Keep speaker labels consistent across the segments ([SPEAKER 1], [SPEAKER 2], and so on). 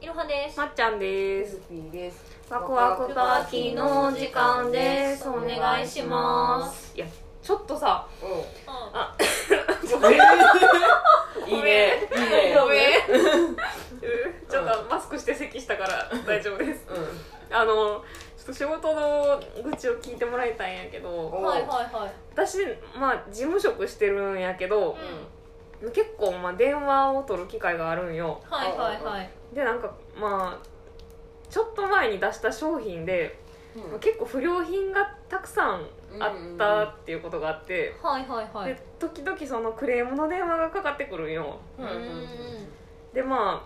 [SPEAKER 1] いろはです。
[SPEAKER 2] まっちゃんです。
[SPEAKER 3] ピーです。
[SPEAKER 2] ワクワクパーティーのお時間です。お願いします。いや、ちょっとさ、
[SPEAKER 3] う
[SPEAKER 1] うん
[SPEAKER 2] あ、ごめん。いいね。
[SPEAKER 3] ん。いいね
[SPEAKER 2] ごめん。 ちょっとマスクして咳したから大丈夫です。あの、ちょっと仕事の愚痴を聞いてもらいたいんやけど、
[SPEAKER 3] うん。
[SPEAKER 1] はいはいはい。
[SPEAKER 2] 私、まあ、事務職してるんやけど、結構、まあ、電話を取る機会があるんよ。
[SPEAKER 1] はいはいはい。
[SPEAKER 2] で、なんか、まあ、ちょっと前に出した商品で、
[SPEAKER 3] うん。
[SPEAKER 2] まあ結構不良品がたくさんあったっていうことがあって、
[SPEAKER 1] はいはいはい。
[SPEAKER 2] で時々そのクレームの電話がかかってくるんよ
[SPEAKER 1] うん
[SPEAKER 2] でま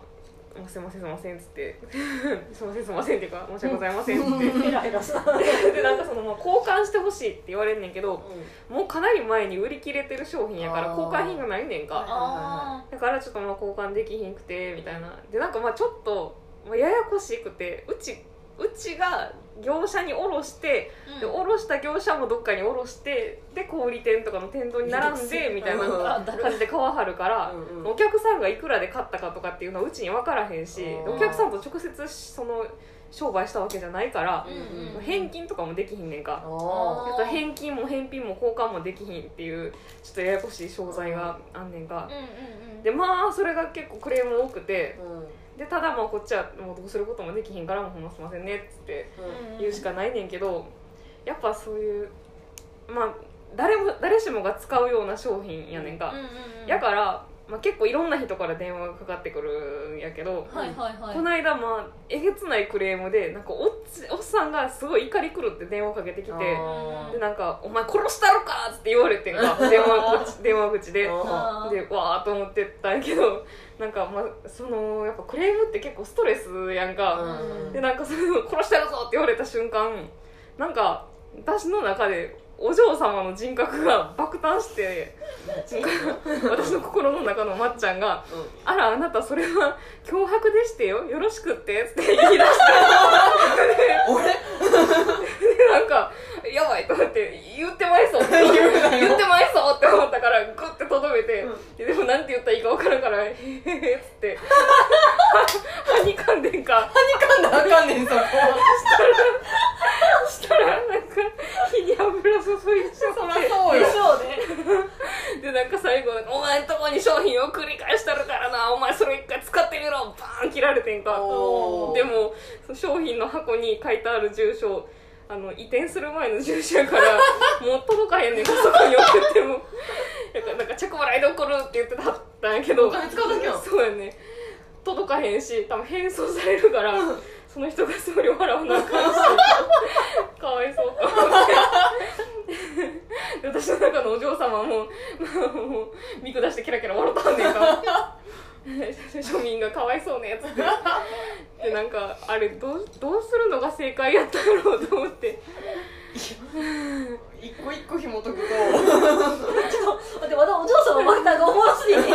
[SPEAKER 2] あ「もうすいませんすいません」っつって 「すいませんすいません」っていうか「申し訳ございません」っ
[SPEAKER 3] イライラした。
[SPEAKER 2] て でなんかその、まあ、交換してほしいって言われんねんけどもうかなり前に売り切れてる商品やから
[SPEAKER 3] あー
[SPEAKER 2] 交換品がないねんか
[SPEAKER 1] あ
[SPEAKER 2] だからちょっとまあ交換できひんくてみたいなでなんかまあちょっと、まあ、ややこしくてうちうちが業者に卸して
[SPEAKER 1] あ。
[SPEAKER 2] で下ろした業者もどっかに下ろしてで小売店とかの店頭に並んでみたいな
[SPEAKER 3] うん
[SPEAKER 2] 感じで川張るから、
[SPEAKER 3] うんうん
[SPEAKER 2] お客さんがいくらで買ったかとかっていうのはうちに分からへんし
[SPEAKER 3] うん
[SPEAKER 2] お客さんと直接その商売したわけじゃないから
[SPEAKER 1] う、んうん。
[SPEAKER 2] 返金とかもできひんねんか。
[SPEAKER 3] お
[SPEAKER 2] なんか返金も返品も交換もできひんっていうちょっとややこしい商材があんねんか
[SPEAKER 1] うんうんうん。
[SPEAKER 2] でまあそれが結構クレーム多くて
[SPEAKER 3] ー。うん。
[SPEAKER 2] でただまあこっちはもうどうすることもできひんからもうほんますいませんねっつって言うしかないねんけどやっぱそういうまあ誰も誰しもが使うような商品やねんか、やから、まあ、結構いろんな人から電話がかかってくるんやけど、
[SPEAKER 1] はいはいはい。
[SPEAKER 2] この間まあえげつないクレームでなんかおっちおっさんがすごい怒り狂って電話かけてきて
[SPEAKER 3] あ
[SPEAKER 2] でなんか「お前殺したろか!」って言われてんか電話口電話口で。
[SPEAKER 1] あ
[SPEAKER 2] でわーっと思ってたんやけどなんか、まあ、そのやっぱクレームって結構ストレスやんか、
[SPEAKER 1] うん
[SPEAKER 2] でなんかその殺してやるぞって言われた瞬間なんか私の中でお嬢様の人格が爆誕してなんか私の心の中のまっちゃんが「あらあなたそれは 脅迫でしてよよろしくって」って言い出して
[SPEAKER 3] 俺
[SPEAKER 2] でなんか「やばい」と思って「言ってまいそう」って 言
[SPEAKER 3] 言
[SPEAKER 2] ってまいそうって思ったからグッてとどめて、ででもなんて言ったらいいか分からんから「へへへ」っつって はにかんでんか。
[SPEAKER 3] かんだらあかんねんそこ。
[SPEAKER 2] したらなんか火に油注いでしょ
[SPEAKER 3] そうよ。
[SPEAKER 2] でなんか最後なんか「お前んとこに商品を繰り返したるからなお前それ一回使ってみろ」バーン切られてんか
[SPEAKER 3] おー
[SPEAKER 2] でもその商品の箱に書いてある住所あの移転する前の住所やから もう届かへんねんかそこに送ってもなんかなんか着払いで送るって言ってたんやけど
[SPEAKER 3] お金使うだけやん
[SPEAKER 2] そうやね届かへんし多分返送されるからその人が送料払わなあかん しかわいそうか思ってで私の中のお嬢様もまあもう見下してキラキラ笑ったんねんか庶民がかわいそうねっつってでなんかあれどうどうするのが正解やったんやろうと思って
[SPEAKER 3] 一個一個紐解くと。
[SPEAKER 1] 待って、またお嬢様またがおもろすぎて。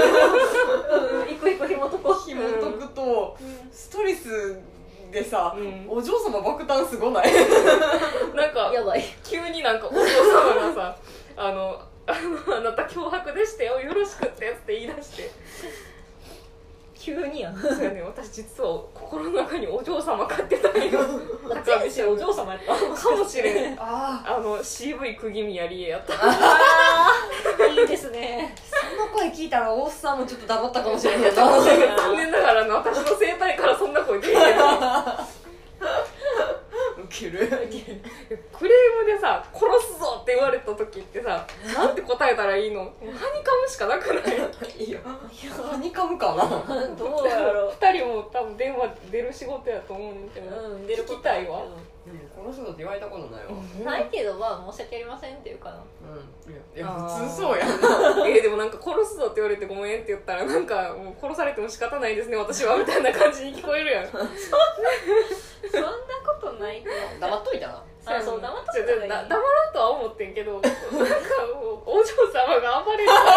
[SPEAKER 1] 一個一個紐解こ
[SPEAKER 3] 紐解くとストレスでさ
[SPEAKER 2] うん、
[SPEAKER 3] お嬢様爆誕すごない。
[SPEAKER 2] なんか
[SPEAKER 1] やばい。
[SPEAKER 2] 急になんかお嬢様がさ 「あのあのあなた脅迫でしてよよろしくって」って言い出して
[SPEAKER 1] 急にやん。
[SPEAKER 2] そうやね私実は心の中にお嬢様飼ってたん よ
[SPEAKER 1] 全してお嬢様やった。
[SPEAKER 2] かもし れん
[SPEAKER 3] ああ。
[SPEAKER 2] あの CV 釘宮理恵やった
[SPEAKER 1] いいですね。
[SPEAKER 3] その声聞いたらおっさんもちょっと黙ったかもしれない
[SPEAKER 2] 残念ながらの私の声帯からそんな声出てない
[SPEAKER 3] ウケる。
[SPEAKER 2] クレームでさ「殺すぞ!」って言われた時ってさなんて答えたらいいのもうハニカムしかなくない
[SPEAKER 3] いいよ。ハニカムかな。
[SPEAKER 1] どうやろ
[SPEAKER 2] 2人も多分電話出る仕事やと思うねんけど、
[SPEAKER 1] う。うん、出る
[SPEAKER 2] 聞きたいわ、
[SPEAKER 3] でもこの人だって言われたことないわ。
[SPEAKER 1] ないけど、まあ、申し訳ありませんっていうかな。
[SPEAKER 3] うん。いやいや
[SPEAKER 2] あー
[SPEAKER 3] 普通そうやんな。
[SPEAKER 2] えーでもなんか「殺すぞ」って言われて「ごめん」って言ったらなんかもう殺されても仕方ないですね私はみたいな感じに聞こえるやん
[SPEAKER 1] そんなことないと
[SPEAKER 3] 黙っといたな。
[SPEAKER 1] あそう黙っとく
[SPEAKER 2] ちょ
[SPEAKER 1] のがいい
[SPEAKER 2] だ黙ろうとは思ってんけどなんかもうお嬢様が暴れるから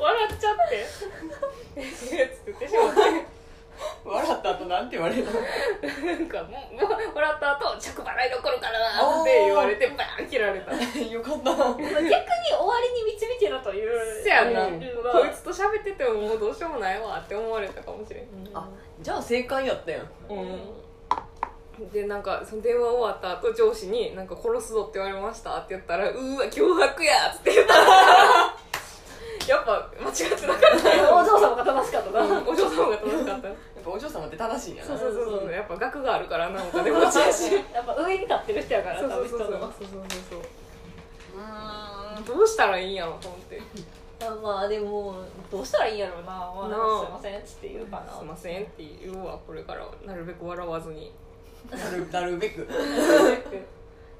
[SPEAKER 2] 笑っちゃってえーっつって言ってしまって
[SPEAKER 3] 笑った後なんて言われた。
[SPEAKER 2] なんかもうもう笑った後着払いどころからなって言われてバーン切られた
[SPEAKER 3] よかった。
[SPEAKER 1] 逆に終わりに導いてる
[SPEAKER 2] だと言う
[SPEAKER 3] せやな
[SPEAKER 2] 言うのがこいつと喋っててももうどうしようもないわって思われたかもしれん
[SPEAKER 3] あじゃあ正解やったやん
[SPEAKER 2] うんでなんかその電話終わった後上司に「なんか殺すぞって言われました」って言ったら「うーわ脅迫や!」っつって言ったらやっぱ間違ってなかっ
[SPEAKER 1] お嬢様が正しかった
[SPEAKER 2] た
[SPEAKER 1] な、
[SPEAKER 2] なお嬢様が正しかったな
[SPEAKER 3] やっぱお嬢様って正しいんや
[SPEAKER 2] そ
[SPEAKER 3] な
[SPEAKER 2] うそうそうそうやっぱ額があるからなんかでも
[SPEAKER 1] や
[SPEAKER 2] ちやし
[SPEAKER 1] っぱ上に立ってる人やから
[SPEAKER 2] そうそうそうそう
[SPEAKER 1] 多
[SPEAKER 2] そう
[SPEAKER 1] 分
[SPEAKER 2] そうそう
[SPEAKER 3] うん
[SPEAKER 2] そうどうしたらいいんやろと思って
[SPEAKER 1] 人のまあでもどうしたらいいんやろうな、まあ、
[SPEAKER 2] なあ
[SPEAKER 1] すいませんっつって言うか
[SPEAKER 2] すい
[SPEAKER 1] な
[SPEAKER 2] ませんって言うわこれからはなるべく笑わず に
[SPEAKER 3] なるなるべく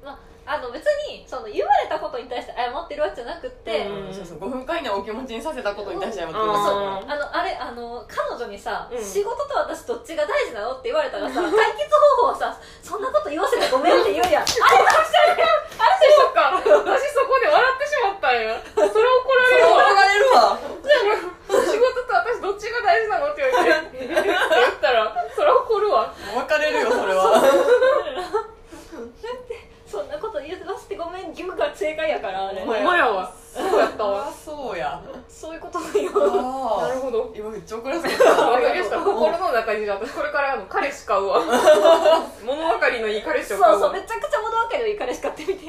[SPEAKER 1] まああの別にその言われたことに対して謝ってるわけじゃなくって、
[SPEAKER 2] うん
[SPEAKER 3] そうそう5分間以内お気持ちにさせたことに対して謝ってくだ
[SPEAKER 2] うん
[SPEAKER 1] そう
[SPEAKER 3] さ
[SPEAKER 1] あのあれあの彼女にさ、
[SPEAKER 2] うん
[SPEAKER 1] 仕事と私どっちが大事なのって言われたらさ解 決方法はさそんなこと言わせてごめんって言うやんあれ
[SPEAKER 2] そうか私そこで笑ってしまったんやそれ怒ら
[SPEAKER 3] い
[SPEAKER 2] れる
[SPEAKER 3] 怒
[SPEAKER 2] わ
[SPEAKER 3] られるわ
[SPEAKER 2] 仕事と私どっちが大事なのって言われてって言ったらそれは怒るわ
[SPEAKER 3] 別れるよそれは
[SPEAKER 1] そんなこと言わせてごめん義務が正解やからあれ
[SPEAKER 3] お前
[SPEAKER 2] お前らはそうやったわ
[SPEAKER 3] あそうや
[SPEAKER 1] そういうことだよ
[SPEAKER 3] あ
[SPEAKER 2] なる
[SPEAKER 3] あ
[SPEAKER 2] ほど
[SPEAKER 3] 今めっちゃ怒らせた
[SPEAKER 2] わかりました心の中に私これからあの彼氏買うわ 物分かりのいい彼氏
[SPEAKER 1] そ
[SPEAKER 2] を買う
[SPEAKER 1] うそ
[SPEAKER 2] わ
[SPEAKER 1] うめちゃくちゃ物分かりのいい彼しかってみて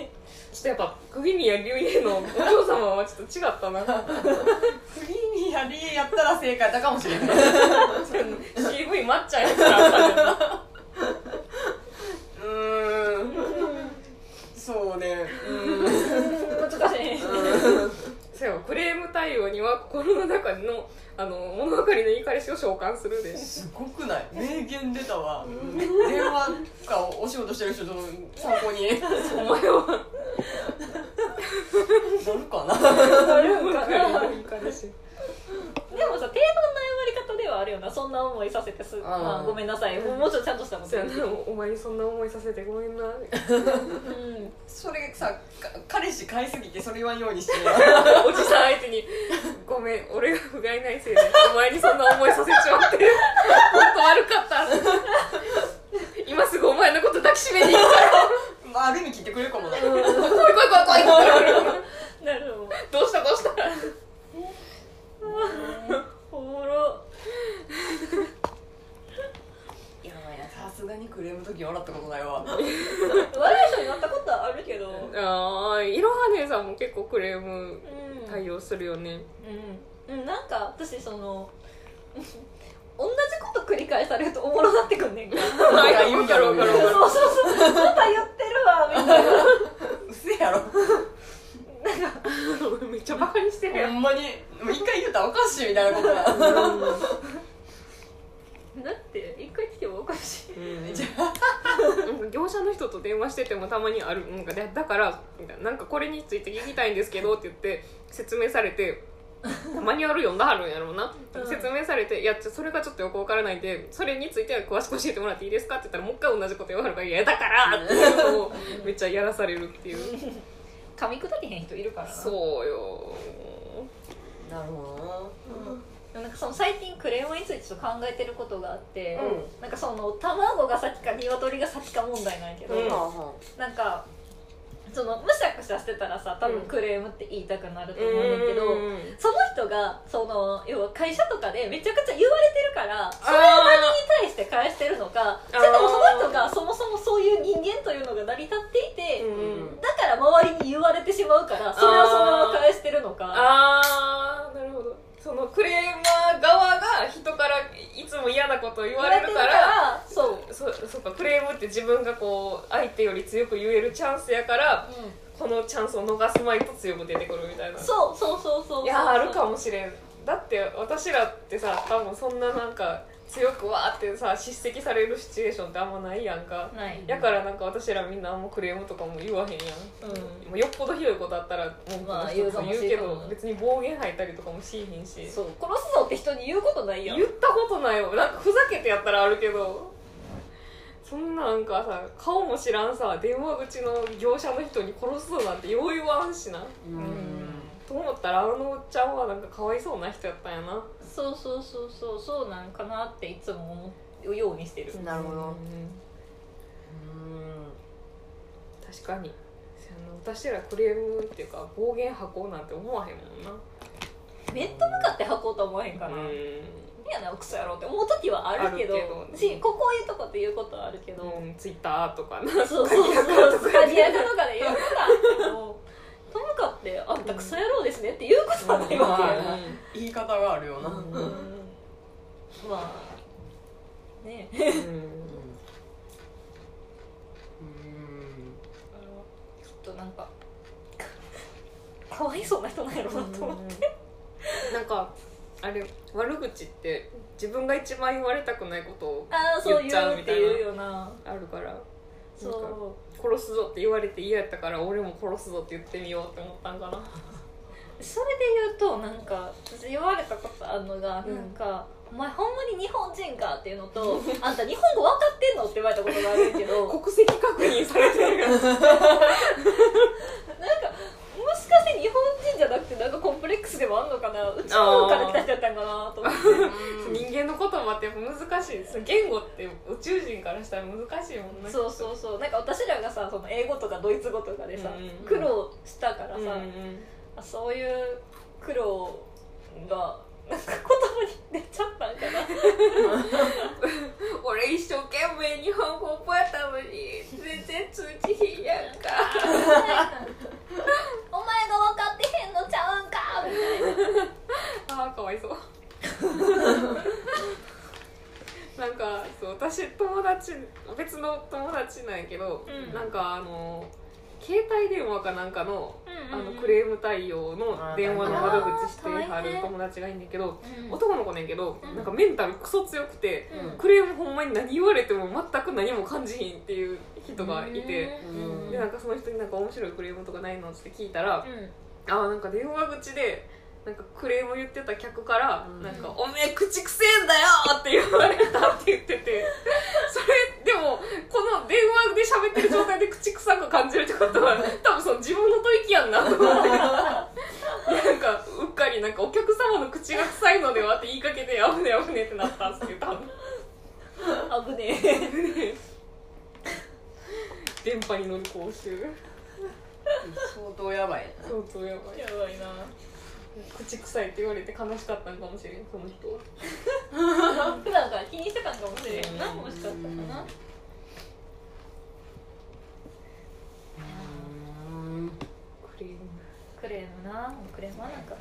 [SPEAKER 2] ちょっとやっぱ釘宮龍家のお嬢様はちょっと違ったな
[SPEAKER 3] 次にやりやったら正解だかもしれない
[SPEAKER 2] CV 待っちゃうやつらあったけどな
[SPEAKER 3] うんそうね
[SPEAKER 1] 難しい
[SPEAKER 2] そうやわクレーム対応には心の中のあの物分かりのいい彼氏を召喚するで
[SPEAKER 3] すごくない名言出たわ電話かお仕事してる人と参考に
[SPEAKER 2] お前は
[SPEAKER 3] なるかな
[SPEAKER 2] 物分かりのいい彼氏
[SPEAKER 1] でもさ定番の謝り方ではあるよなそんな思いさせてす、まあ、ごめんなさいもうもうちょっとちゃんとしたもん
[SPEAKER 2] そうやなお前にそんな思いさせてごめんな
[SPEAKER 1] うん
[SPEAKER 3] それさか彼氏買いすぎてそれ言わんようにして
[SPEAKER 2] お じさん相手に「ごめん俺が不甲斐ないせいでお前にそんな思いさせちまって本当悪かった」今すぐお前のこと抱きしめに行くから
[SPEAKER 3] まあある意味聞いてくれるかもな
[SPEAKER 2] 来い来い来い来い
[SPEAKER 1] なるほど
[SPEAKER 2] どうしたどうした
[SPEAKER 1] おもろ
[SPEAKER 3] いやさすがにクレームの時笑ったことないわ
[SPEAKER 1] 悪い人になったことはあるけど
[SPEAKER 2] ああいろは姉さんも結構クレーム
[SPEAKER 1] うん
[SPEAKER 2] 対応する よね
[SPEAKER 1] うん、うん、なんか私そのうん同じこと繰り返されるとおもろなってくんねんかそう
[SPEAKER 2] はいわかるわかるわかる
[SPEAKER 1] そうそうまた言ってるわみたいな
[SPEAKER 3] うせやろ
[SPEAKER 2] めっちゃバカにしてるや
[SPEAKER 3] ほ
[SPEAKER 2] ん
[SPEAKER 3] んまにもう一回言うたらおかしいみたいなことだ
[SPEAKER 1] だって一回来てもおかしい
[SPEAKER 3] じゃ
[SPEAKER 2] うん業者の人と電話しててもたまにあるなんかでだからみたいななんかこれについて聞きたいんですけどって言って説明されてマニュアル読んだはるんやろうな、
[SPEAKER 1] うん
[SPEAKER 2] 説明されて「いやちょそれがちょっとよくわからないんでそれについては詳しく教えてもらっていいですか?」って言ったらもう一回同じこと言わはるから「いやだから!」っていうの をめっちゃやらされるっていう
[SPEAKER 1] 噛み砕けへん人いるからな
[SPEAKER 2] そうよ
[SPEAKER 3] あなるほ
[SPEAKER 1] でもなんかその最近クレームについてちょっと考えてることがあって、
[SPEAKER 3] う
[SPEAKER 1] なんかその卵が先か鶏が先か問題なんやけど、
[SPEAKER 2] うん
[SPEAKER 3] ど
[SPEAKER 1] なんかそのむしゃくしゃしてたらさ多分クレームって言いたくなると思うねんだけど、
[SPEAKER 2] うん
[SPEAKER 1] その人がその要は会社とかでめちゃくちゃ言われてるからそれに
[SPEAKER 2] あ
[SPEAKER 1] 対して返してるのかそれともその人がそもそもそういう人間というのが成り立ってい
[SPEAKER 2] ー
[SPEAKER 1] て、
[SPEAKER 2] うん
[SPEAKER 3] うん
[SPEAKER 1] だから周りに言われてしまうからそれをそのまま返してるのか
[SPEAKER 2] あーなるほどそのクレーマー側が人からいつも嫌なことを言
[SPEAKER 1] 言
[SPEAKER 2] わ
[SPEAKER 1] われ
[SPEAKER 2] れ
[SPEAKER 1] て
[SPEAKER 2] る
[SPEAKER 1] る
[SPEAKER 2] か
[SPEAKER 1] かららそう、
[SPEAKER 2] そそうかクレームって自分がこう相手より強く言えるチャンスやからこのチャンスを逃すまいと強く出てくるみたいな
[SPEAKER 1] そうそうそうそうそう
[SPEAKER 2] いやーあるかもしれんだって私らってさ多分そんななんか強くわーってさ叱責されるシチュエーションってあんまないやんか
[SPEAKER 1] ない
[SPEAKER 2] やからなんか私らみんなあんまクレームとかも言わへんやん
[SPEAKER 1] う
[SPEAKER 2] もうよっぽどひどいことあったら文句の一つも言
[SPEAKER 1] まあ言
[SPEAKER 2] うけ
[SPEAKER 1] うかもしれん
[SPEAKER 2] ど
[SPEAKER 1] な
[SPEAKER 2] 別に暴言吐いたりとかもしいへんし
[SPEAKER 1] んそう殺すぞって人に言うことないやん
[SPEAKER 2] 言ったことないよなんかふざけてやったらあるけどそんななんかさ顔も知らんさ電話口の業者の人に殺すぞなんてよう言わんしな
[SPEAKER 3] うん
[SPEAKER 2] と思ったらあのおっちゃんはなんかかわいそうな人やったんやな
[SPEAKER 1] そうそうそうそうそうなんかなっていつも思うようにしてる
[SPEAKER 3] なるほど
[SPEAKER 2] うん確かにせやな私らクレームっていうか暴言吐こうなんて思わへんもんな
[SPEAKER 1] 面と向かって履こうと思わへんか
[SPEAKER 2] う
[SPEAKER 1] ら、い
[SPEAKER 2] ん
[SPEAKER 1] やなクソやろうって思う時はあるけど
[SPEAKER 2] あるけど
[SPEAKER 1] しここいうとこって言うことはあるけど、
[SPEAKER 2] うんツイッターとかな
[SPEAKER 1] そうそうそうスカディアクとかで言うことはあるけど ともかってあんたクソ野郎ですねって言うことはないわけやな、
[SPEAKER 3] うん言い方があるよな、
[SPEAKER 1] うん
[SPEAKER 3] うん
[SPEAKER 1] まあねえあのちょっとなんか かわいそうな人なんやろうなと思って、
[SPEAKER 2] なんかあれ悪口って自分が一番言われたくないことを
[SPEAKER 1] ああそう言
[SPEAKER 2] 言っちゃう
[SPEAKER 1] う
[SPEAKER 2] み
[SPEAKER 1] ったて
[SPEAKER 2] いな
[SPEAKER 1] いうよな
[SPEAKER 2] あるから
[SPEAKER 1] そ
[SPEAKER 2] 殺すぞって言われて嫌やったから俺も殺すぞって言ってみようって思ったんかな
[SPEAKER 1] うそれで言うとなんか私言われたことあるのが、
[SPEAKER 2] うん
[SPEAKER 1] なんか「お前ほんまに日本人か」っていうのと 「あんた日本語分かってんの?」って言われたことがあるんやけ ど
[SPEAKER 2] 国籍確認されてるよ
[SPEAKER 1] なんかもしかして日本人じゃなくてなんかコンプレックスでもあんのかなうちの方から来た人やったんかなと思 って
[SPEAKER 2] 人間の言葉ってやっぱ難しいです言語って宇宙人からしたら難しいもんね
[SPEAKER 1] そうそうそうなんか私らがさその英語とかドイツ語とかでさ、
[SPEAKER 2] うんうんうん
[SPEAKER 1] 苦労したからさ、
[SPEAKER 2] うんうん
[SPEAKER 1] あそういう苦労がなんか言葉に出ちゃったんかな
[SPEAKER 2] 俺一生懸命日本語覚えたのに全然通じひんやん か
[SPEAKER 1] お前が分かってへんのちゃうんかみたいな
[SPEAKER 2] あーかわいそう なんかそう私友達別の友達なんやけど、
[SPEAKER 1] うん
[SPEAKER 2] なんかあの携帯電話かなんかの,、
[SPEAKER 1] うんうん
[SPEAKER 2] あのクレーム対応の電話の窓口しては
[SPEAKER 1] あー大
[SPEAKER 2] る
[SPEAKER 1] 変
[SPEAKER 2] 友達がいいんだけど
[SPEAKER 1] うん
[SPEAKER 2] 男の子なんやけど、
[SPEAKER 1] うん
[SPEAKER 2] なんかメンタルクソ強くて、
[SPEAKER 1] うん
[SPEAKER 2] クレームほんまに何言われても全く何も感じひんっていう人がいて、
[SPEAKER 1] うん
[SPEAKER 2] でなんかその人になんか面白いクレームとかないのって聞いたら、
[SPEAKER 1] うん
[SPEAKER 2] あーなんか電話口でなんかクレーム言ってた客から「
[SPEAKER 3] うん
[SPEAKER 2] なんかおめえ口くせえんだよ!」って言われたって言って てそれでもこの電話で喋ってる状態で口臭く感じるってことは多分その自分の吐息やんなと思ってなんかうっかりなんかお客様の口が臭いのではって言いかけて「危ねえ危ねえ」ってなったんですけど多分
[SPEAKER 1] 危ねえ
[SPEAKER 2] 電波に乗る講習
[SPEAKER 3] 相当やばいな
[SPEAKER 2] 相当やばい
[SPEAKER 1] やばいな
[SPEAKER 2] 口臭いって言われて悲しかったんかもしれんその人は
[SPEAKER 1] 普段から気にしてたんかもしれんな
[SPEAKER 2] うん
[SPEAKER 1] もしかしたらな
[SPEAKER 2] クレーム
[SPEAKER 1] クレームなクレームはなんか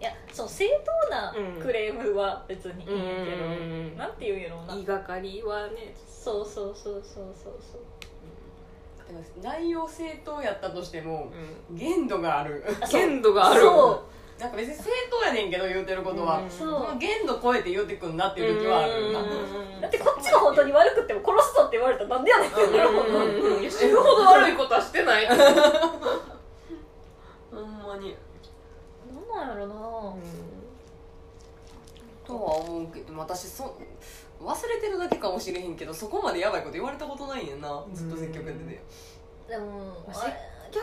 [SPEAKER 1] いやそう正当なクレームは別にいいんやけど、
[SPEAKER 2] うん
[SPEAKER 1] なんて言うんやろうな
[SPEAKER 2] 言いがかりはね
[SPEAKER 1] そうそうそうそうそうそう
[SPEAKER 3] 内容正当やったとしても
[SPEAKER 2] う
[SPEAKER 3] 限度がある
[SPEAKER 2] ん限度がある
[SPEAKER 1] そ
[SPEAKER 3] なんか別に正当やねんけど言うてることは、
[SPEAKER 2] うん
[SPEAKER 1] う
[SPEAKER 3] そ
[SPEAKER 1] そう
[SPEAKER 3] の限度超えて言うてくんなっていう時はあるよな
[SPEAKER 2] うん
[SPEAKER 1] だってこっちが本当に悪くっても殺すぞって言われたらなんでやねんって思う
[SPEAKER 2] うんいや死ぬほど悪いことはしてないうん
[SPEAKER 3] ほんまに
[SPEAKER 1] なんなんやろな
[SPEAKER 3] とは思うけど私そ忘れてるだけかもしれへんけどそこまでやばいこと言われたことないんやなずっと積極的で
[SPEAKER 1] でも
[SPEAKER 2] まあ
[SPEAKER 1] あれ
[SPEAKER 2] 客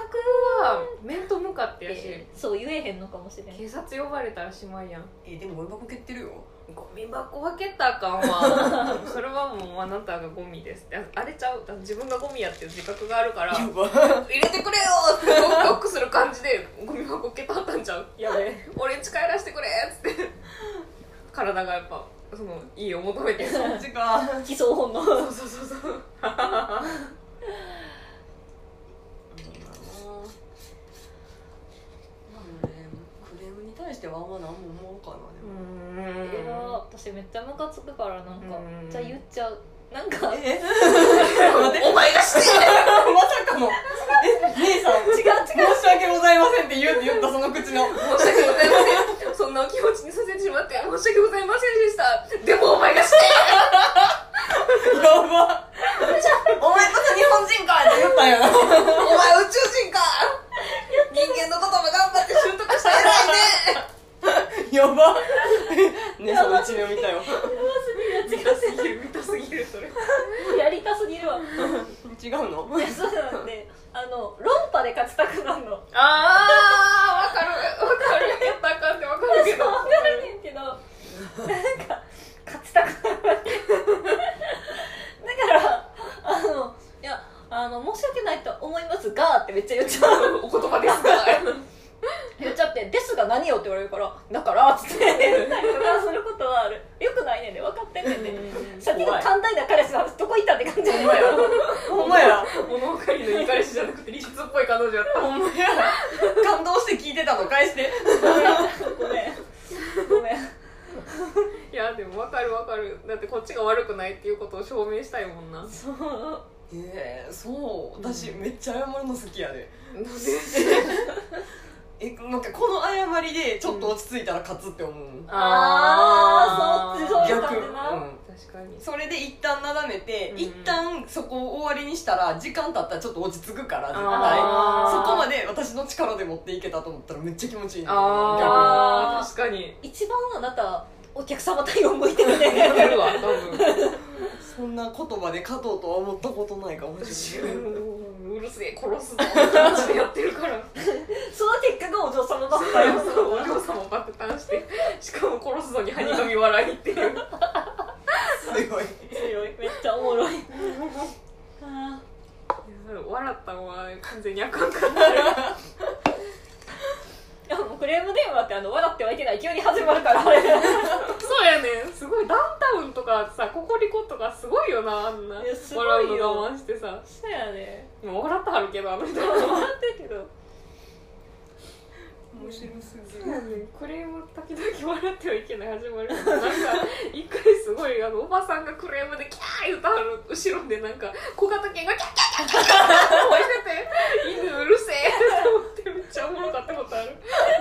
[SPEAKER 2] は面と向かってやし
[SPEAKER 1] そう言えへんのかもしれん
[SPEAKER 2] 警察呼ばれたらしまいやん
[SPEAKER 3] えでもゴミ箱蹴ってるよ
[SPEAKER 2] ゴミ箱分けたらあかんわ それはもうあなたがゴミですってああれちゃう自分がゴミやっていう自覚があるから
[SPEAKER 3] や
[SPEAKER 2] 入
[SPEAKER 3] ば
[SPEAKER 2] れてくれよってノックノックする感じでゴミ箱受けたったんちゃう
[SPEAKER 1] やべえ
[SPEAKER 2] 俺んち帰らせてくれっつって体がやっぱそのいいを求めてる
[SPEAKER 3] そっち か
[SPEAKER 1] 偽装本能
[SPEAKER 2] そうそうそうそう
[SPEAKER 3] クレームクレームに対してはあんま何も思うかなでも
[SPEAKER 1] いや私めっちゃムカつくからなんか
[SPEAKER 2] うん
[SPEAKER 1] じゃあ言っちゃうなんか違う違う違う
[SPEAKER 3] え 待って
[SPEAKER 2] お前がして
[SPEAKER 3] まさかのえ姉さん申し訳ございませんって言うって言ったその口の
[SPEAKER 2] 申し訳ございませんそんなお気持ちにさせてしまって申し訳ございませんでしたでもお前がして
[SPEAKER 3] や ばお前こそ日本人かって言ったんやな
[SPEAKER 2] お前宇宙人か人間のことも頑張って習得した偉いね
[SPEAKER 3] や ば姉さんの一面見たよ
[SPEAKER 2] 見たすぎる見たすぎるそれ
[SPEAKER 1] やりたすぎるわ
[SPEAKER 3] 違うの
[SPEAKER 1] いやそうなんであの論破で勝ちたくなる の
[SPEAKER 2] あーわかるわかるやったらあかんってわかるけ
[SPEAKER 1] 分
[SPEAKER 2] ど
[SPEAKER 1] かるねんけどなんか勝ちたくなる だからあのいやあの申し訳ないと思いますがってっちゃ言っちゃう
[SPEAKER 3] お言葉ですが
[SPEAKER 1] 言っちゃって「ですが何よ」って言われるから「だから」っつって言ったりとかすることはあるよくないねんで分かってんねんでさっきの
[SPEAKER 3] 怖い
[SPEAKER 1] 寛大な彼氏の話どこ行ったって感じ
[SPEAKER 3] ほんまやほんまや
[SPEAKER 2] 物分かりのいい彼氏じゃなくて理屈っぽい彼女やった
[SPEAKER 3] ほんまや 感動して聞いてたの返して
[SPEAKER 1] ごめんごめん
[SPEAKER 2] いやでも分かる分かるだってこっちが悪くないっていうことを証明したいもんな
[SPEAKER 1] そう
[SPEAKER 3] えー、そう私めっちゃ謝るの好きやで
[SPEAKER 2] なんで
[SPEAKER 3] えなんかこの謝りでちょっと落ち着いたら勝つって思う、
[SPEAKER 1] あーそう
[SPEAKER 3] 逆、、
[SPEAKER 1] そううやったんだなん
[SPEAKER 2] 確かに
[SPEAKER 3] それで一旦なだめて、
[SPEAKER 2] うん
[SPEAKER 3] 一旦そこを終わりにしたら時間経ったらちょっと落ち着くから絶対
[SPEAKER 2] あー
[SPEAKER 3] そこまで私の力で持っていけたと思ったらめっちゃ気持ちいい
[SPEAKER 1] あ
[SPEAKER 2] あー確かに
[SPEAKER 1] 一番あなたお客様対応向いてる
[SPEAKER 2] 分か
[SPEAKER 1] ね
[SPEAKER 2] るわ多分
[SPEAKER 3] 逆にそんな言葉で勝とうとは思ったことないかも
[SPEAKER 2] 私
[SPEAKER 3] し れない
[SPEAKER 2] もうるせえ殺 すぞって感じでやってるから
[SPEAKER 1] その結果がお嬢様だったよ
[SPEAKER 2] お 嬢様爆誕してしかも殺すのにはにかみ笑いっていう
[SPEAKER 3] すごい
[SPEAKER 1] 強いめっちゃおもろいあ
[SPEAKER 2] 笑ったのは完全にあかんかった
[SPEAKER 1] ーいやもうクレーム電話ってあの笑ってはいけない急に始まる からあれ
[SPEAKER 2] そうやねんすごいダウンタウンとかさココリコとかすごいよなあんない
[SPEAKER 1] やすごいよ
[SPEAKER 2] 笑うの我慢してさ
[SPEAKER 1] そうや ね
[SPEAKER 2] 今笑ってはるけどあの人
[SPEAKER 1] 笑ってるけど
[SPEAKER 3] 面白すぎ
[SPEAKER 2] クレーム時々笑ってはいけない始まるなんか一回すごいあのおばさんがクレームでキャー言うたはる後ろでなんか小型犬がキャッキャッキャッキャッキャッ吠えてて犬うるせえって思ってめっちゃおもろかったことある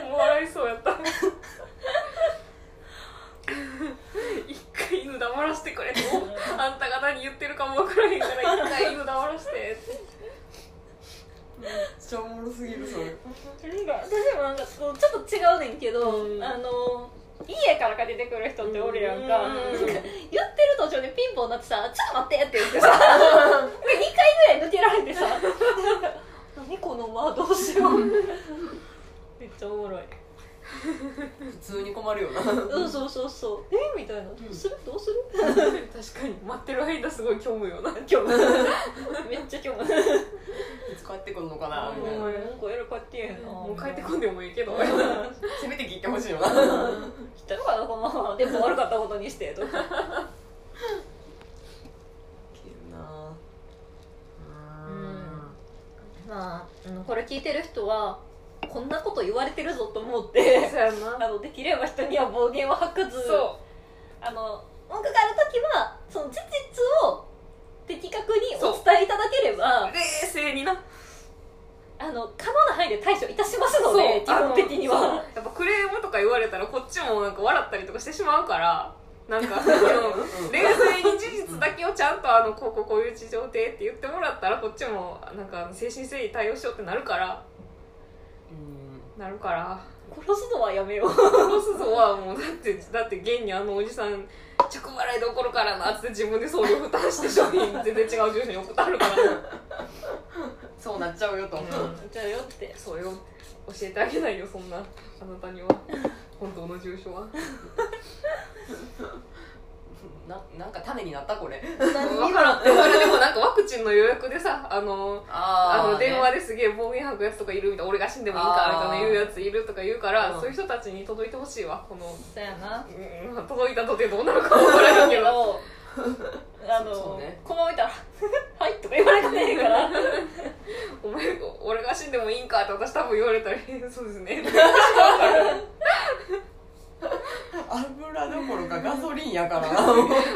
[SPEAKER 2] もう笑いそうやった一回犬黙らせてくれとあんたが何言ってるかも分からへんから一回犬黙らせてって
[SPEAKER 3] めっちゃおもろすぎるそれ
[SPEAKER 1] なんか私もなんかそうちょっと違うねんけど、
[SPEAKER 2] うん
[SPEAKER 1] あの家からか出てくる人っておるやんか
[SPEAKER 2] うん
[SPEAKER 1] なんか言ってる途中でピンポン鳴ってさ「ちょっと待って」って言ってさで2回ぐらい抜けられてさなんか「何この間どうしよう」めっちゃおもろい
[SPEAKER 3] 普通に困るよな
[SPEAKER 1] うんそうそうそう「えみたいな「どうするどうする?
[SPEAKER 2] 確かに待ってる間すごい 虚無よな」
[SPEAKER 1] 今日めっちゃ今日
[SPEAKER 3] いつ帰ってくるのかなみたい
[SPEAKER 1] も
[SPEAKER 3] な
[SPEAKER 1] うこうやるこうやって言うの
[SPEAKER 2] もう帰ってこんでもいいけど
[SPEAKER 3] せめて聞いてほしいよな
[SPEAKER 1] 来たのかなこのままでも悪かったことにしてとか
[SPEAKER 3] な
[SPEAKER 1] うんまあ、うん、これ聞いてる人はこんなこと言われてるぞと思って
[SPEAKER 2] そうや
[SPEAKER 1] あ
[SPEAKER 2] な
[SPEAKER 1] のできれば人には暴言を吐かず
[SPEAKER 2] そ
[SPEAKER 1] あの文句がある時はその事実を的確にお伝えいただければ
[SPEAKER 2] う冷静にな
[SPEAKER 1] あの可能な範囲で対処いたしますので基本的に
[SPEAKER 2] あの
[SPEAKER 1] は
[SPEAKER 2] そうやっぱクレームとか言われたらこっちもなんか笑ったりとかしてしまうからなん かあの冷静に事実だけをちゃんとあのこうこうこういう事情でって言ってもらったらこっちもなんかあの精神誠意対応しようってなるからなるから
[SPEAKER 1] 殺すのはやめよう
[SPEAKER 2] 殺すぞはもうだってだって現にあのおじさん着払いで怒るからなっつって自分で送料負担して商品全然違う住所に送ってあるから
[SPEAKER 3] そうなっちゃうよと、
[SPEAKER 1] じゃあよって
[SPEAKER 2] そうよ教えてあげないよそんなあなたには本当の住所 は
[SPEAKER 3] ななんか種になったこれ
[SPEAKER 1] 何に
[SPEAKER 2] 分
[SPEAKER 1] も
[SPEAKER 2] からんでもなんかワクチンの予約でさあの
[SPEAKER 3] あ
[SPEAKER 2] あの電話
[SPEAKER 3] で
[SPEAKER 2] ですげえ暴言吐くやつとかいるみたいな俺が死んでもいいからみたいな
[SPEAKER 3] あー
[SPEAKER 2] 言うやついるとか言うから、
[SPEAKER 3] うん
[SPEAKER 2] そういう人たちに届いてほしいわこの、
[SPEAKER 1] そうやな
[SPEAKER 2] うんまあ、届いたとてどうなるか分からんけ
[SPEAKER 1] け
[SPEAKER 2] ど
[SPEAKER 1] どあ
[SPEAKER 3] そう
[SPEAKER 1] の、
[SPEAKER 3] ね
[SPEAKER 1] このまま見たら 「はい」とか言われてねえから
[SPEAKER 2] お前俺が死んでもいいんかって私多分言われたらえ そうですね
[SPEAKER 3] 油どころかガソリンやからな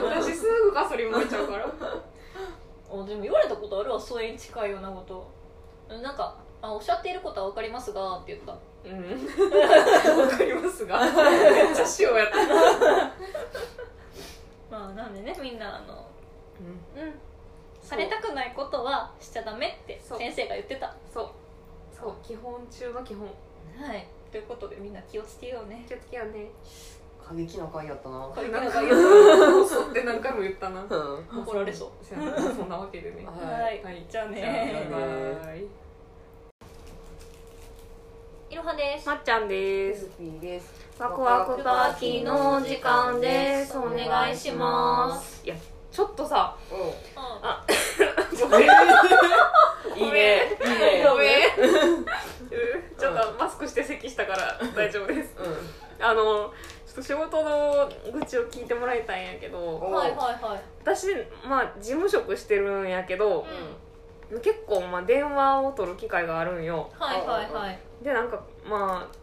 [SPEAKER 2] 私すぐガソリン燃えちゃうから
[SPEAKER 1] あでも言われたことあるわ疎遠に近いようなことなんかあおっしゃっていることは分かりますがって言った
[SPEAKER 2] うんわかりますがめっちゃ塩やった、
[SPEAKER 1] まあなんでねみんなあの
[SPEAKER 2] うん
[SPEAKER 1] うんされたくないことはしちゃダメって
[SPEAKER 2] そう
[SPEAKER 1] 先生が言ってた
[SPEAKER 2] そうそう基本中の基本
[SPEAKER 1] はいということでみんな気をつけようね
[SPEAKER 2] 気をつけようね
[SPEAKER 3] 過激な回やったな
[SPEAKER 1] これ
[SPEAKER 2] なん
[SPEAKER 1] が
[SPEAKER 2] か
[SPEAKER 1] 言
[SPEAKER 2] 言
[SPEAKER 1] う
[SPEAKER 2] うそうって何回も言ったな
[SPEAKER 3] うん
[SPEAKER 1] 怒られそう
[SPEAKER 2] そんなそんなわけでね
[SPEAKER 3] は
[SPEAKER 1] は
[SPEAKER 3] い
[SPEAKER 1] い、
[SPEAKER 2] はい
[SPEAKER 1] じゃあ
[SPEAKER 2] じゃあバ
[SPEAKER 1] ね
[SPEAKER 2] イバイ
[SPEAKER 1] いろはです
[SPEAKER 2] まっちゃんで
[SPEAKER 3] エ
[SPEAKER 2] す
[SPEAKER 3] スピーです
[SPEAKER 2] ワクワクパーティーのお時間ですお願いしますいやちょっとさ
[SPEAKER 3] おう
[SPEAKER 1] あ
[SPEAKER 2] ごめん
[SPEAKER 3] いい
[SPEAKER 2] ね
[SPEAKER 3] いいね
[SPEAKER 2] ごめんうんちょっとマスクして咳したから大丈夫です
[SPEAKER 3] う
[SPEAKER 2] あのちょっと仕事の愚痴を聞いてもらいたいんやけど
[SPEAKER 3] お
[SPEAKER 1] はいはいはい
[SPEAKER 2] 私まあ事務職してるんやけど結構まあ電話を取る機会があるんよ
[SPEAKER 1] はいはいはい
[SPEAKER 2] でなんかまあ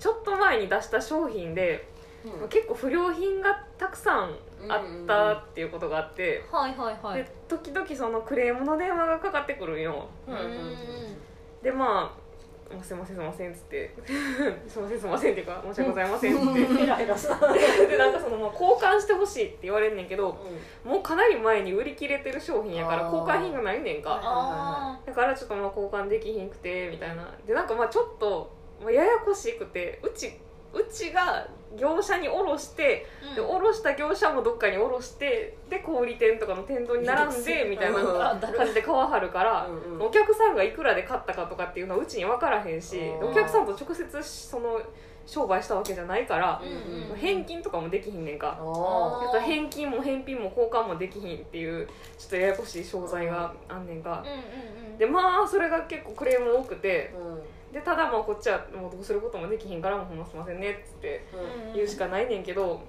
[SPEAKER 2] ちょっと前に出した商品で、
[SPEAKER 3] ん
[SPEAKER 2] まあ結構不良品がたくさんあったっていうことがあって、
[SPEAKER 1] はいはいはい
[SPEAKER 2] で時々そのクレームの電話がかかってくるんよ
[SPEAKER 1] うん
[SPEAKER 2] でまあ「すいませんすいません」っつって 「すいませんすいません」っていうか「申し訳ございません」っつって
[SPEAKER 1] うん偉いなさ
[SPEAKER 2] でなんかそのまあ交換してほしいって言われんねんけどもうかなり前に売り切れてる商品やから
[SPEAKER 3] あー
[SPEAKER 2] 交換品がないねんか
[SPEAKER 1] あ
[SPEAKER 2] だからちょっとまあ交換できひんくてみたいなでなんかまあちょっとまあややこしくてうちうちが業者に卸して
[SPEAKER 1] ー
[SPEAKER 2] で卸した業者もどっかに卸してで小売店とかの店頭に並んでみたいな
[SPEAKER 3] うん
[SPEAKER 1] あだる
[SPEAKER 2] 感じで買わはるから、
[SPEAKER 3] うんうん
[SPEAKER 2] お客さんがいくらで買ったかとかっていうのはうちに分からへんし
[SPEAKER 3] うん
[SPEAKER 2] お客さんと直接その商売したわけじゃないから
[SPEAKER 1] う、んうん
[SPEAKER 2] 返金とかもできひんねんか、
[SPEAKER 3] あ
[SPEAKER 2] なんか返金も返品も交換もできひんっていうちょっとややこしい商材があんねんか
[SPEAKER 1] うん、うんうん
[SPEAKER 2] でまあそれが結構クレーム多くて
[SPEAKER 3] ーうん
[SPEAKER 2] でただまあこっちはもうどうすることもできひんからもうほんますいませんねっつって
[SPEAKER 1] うん
[SPEAKER 2] 言うしかないねんけど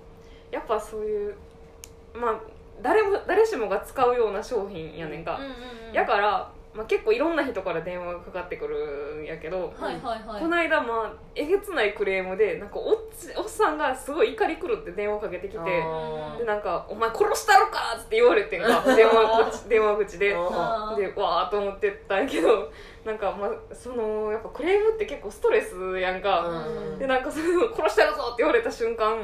[SPEAKER 2] やっぱそういうまあ誰も誰しもが使うような商品やねんか、
[SPEAKER 1] うんうんうん
[SPEAKER 2] やから、まあ、結構いろんな人から電話がかかってくるんやけど、
[SPEAKER 1] はいはいはい
[SPEAKER 2] この間、まあ、えげつないクレームでなんかおっちおっさんがすごい怒り狂って電話かけてきて
[SPEAKER 3] あ
[SPEAKER 2] でなんか「お前殺したろか!」って言われてんか電話口電話口で
[SPEAKER 3] ーあ
[SPEAKER 1] あー
[SPEAKER 2] でわーっと思ってたんやけどなんか、まあ、そのやっぱクレームって結構ストレスやん
[SPEAKER 3] ー
[SPEAKER 2] か、
[SPEAKER 1] うん
[SPEAKER 2] でなんかその「殺したるぞ!」って言われた瞬間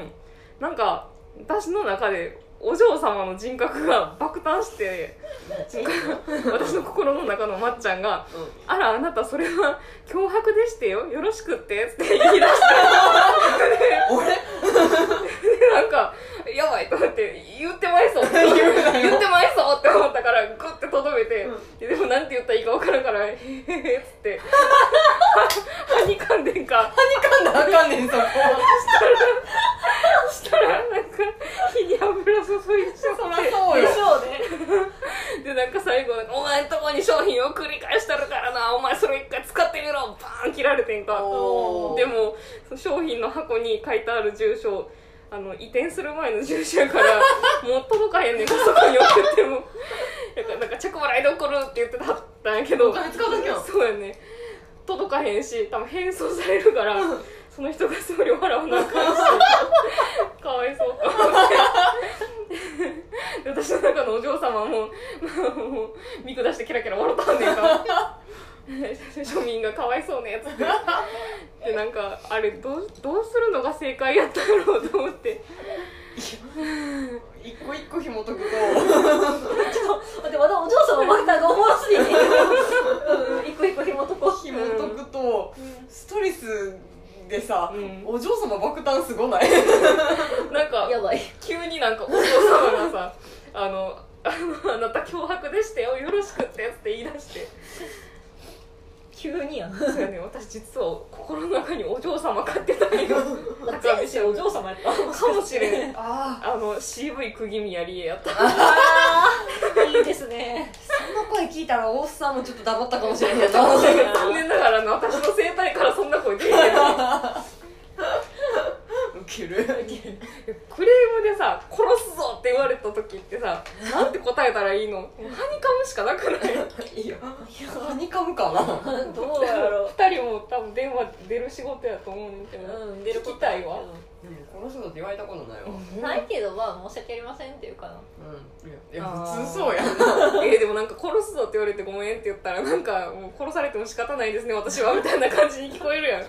[SPEAKER 2] なんか私の中でお嬢様の人格が爆誕して私の心の中のまっちゃんが
[SPEAKER 3] うん
[SPEAKER 2] 「あらあなたそれは脅迫でしてよよろしくって」って言い出してで
[SPEAKER 3] 俺
[SPEAKER 2] なんか「やばい」と思って「言ってまいそう」って言
[SPEAKER 3] 言うなよ
[SPEAKER 2] ってまいそうって思ったからグッてとどめて、
[SPEAKER 3] うん
[SPEAKER 2] ででもなんて言ったらいいか分からんから「へへへ」っつって はにかんでんか
[SPEAKER 3] 噛んだらあかんねんそこ
[SPEAKER 2] したらなんか火に油注いでしょ
[SPEAKER 3] そら そうよ
[SPEAKER 1] でしょうね
[SPEAKER 2] でなんか最後なんかお前んとこに商品を繰り返したるからなお前それ一回使ってみろバーン切られてんか
[SPEAKER 3] おー
[SPEAKER 2] でもその商品の箱に書いてある住所あの移転する前の住所やから もう届かへんねんかそこに送ってもだからなんか着払いで送るって言ってたんやけど
[SPEAKER 3] お金使うだけやん
[SPEAKER 2] そうやね届かへんし多分返送されるからその人が送料払わなあかん しかわいそうかで私の中のお嬢様ももうもう見下してキラキラ笑ったんねんか庶民がかわいそうねっつってでなんかあれどうどうするのが正解やったんやろうと思って
[SPEAKER 3] 一個一個紐解く
[SPEAKER 1] ち
[SPEAKER 3] と
[SPEAKER 1] ょっと待ってまだお嬢様マッターがおもろす ぎてうんうん一個一個紐解こう
[SPEAKER 3] 紐解くとストレスでさ、
[SPEAKER 2] うん
[SPEAKER 3] お嬢様爆誕すごない
[SPEAKER 2] なんか
[SPEAKER 1] やばい
[SPEAKER 2] 急になんかお嬢様がさ 「あのあのあなた脅迫でしてよよろしくって」って言い出して
[SPEAKER 1] 急にやん
[SPEAKER 2] そうやね私実は心の中にお嬢様飼ってたんよ
[SPEAKER 1] 前世お嬢様やった
[SPEAKER 2] かもしれん
[SPEAKER 3] あ
[SPEAKER 2] あの CV 釘宮理恵やった
[SPEAKER 1] いいですね
[SPEAKER 3] あその声聞いたらおっさんもちょっと黙ったかもしれない
[SPEAKER 2] 残念ながらの私の声帯からそんな声出てない
[SPEAKER 3] ウケる
[SPEAKER 2] クレームでさ「殺すぞ!」って言われた時ってさなんて答えたらいいのもうハニカムしかなくない
[SPEAKER 3] いいよハニカムかな
[SPEAKER 1] どうやろ
[SPEAKER 2] 2人も多分電話出る仕事やと思うねんけど、
[SPEAKER 1] ううん出る
[SPEAKER 2] 聞きたいわ
[SPEAKER 3] この人だって言われたことないわうん
[SPEAKER 1] ないけどまあ申し訳ありませんっていうかない
[SPEAKER 3] やいや
[SPEAKER 2] あー
[SPEAKER 3] 普通そうやん
[SPEAKER 2] えーでもなんか殺すぞって言われてごめんって言ったらなんかもう殺されても仕方ないですね私はみたいな感じに聞こえ るやん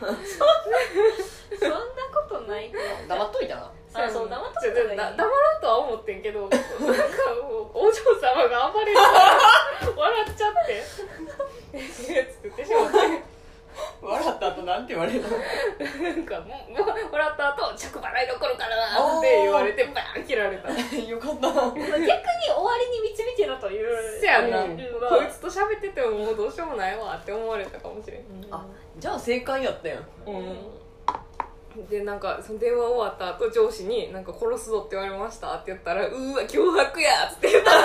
[SPEAKER 1] そんなことないけど
[SPEAKER 3] 黙っといたな
[SPEAKER 1] あそう黙っとく
[SPEAKER 2] ちょ
[SPEAKER 1] の
[SPEAKER 2] と
[SPEAKER 1] がい
[SPEAKER 2] だ
[SPEAKER 1] い
[SPEAKER 2] 黙ろうとは思ってんけどなんかもうお嬢様が暴れるから 笑っちゃってえーっつってしまって
[SPEAKER 3] 笑った後なんて言われた
[SPEAKER 2] なんかもうもう笑った後着払いどころからなって言われてバーン切ら れた
[SPEAKER 3] よかったな
[SPEAKER 1] 逆に終わりに導けろという
[SPEAKER 2] せやな、
[SPEAKER 3] うん
[SPEAKER 2] こいつと喋っててももうどうしようもないわって思われたかもしれん、
[SPEAKER 3] あじゃあ正解やったやん
[SPEAKER 2] うん、でなんかその電話終わった後上司に「なんか殺すぞ」って言 われましたって言ったら「うーわ脅迫や!」っつって言ったら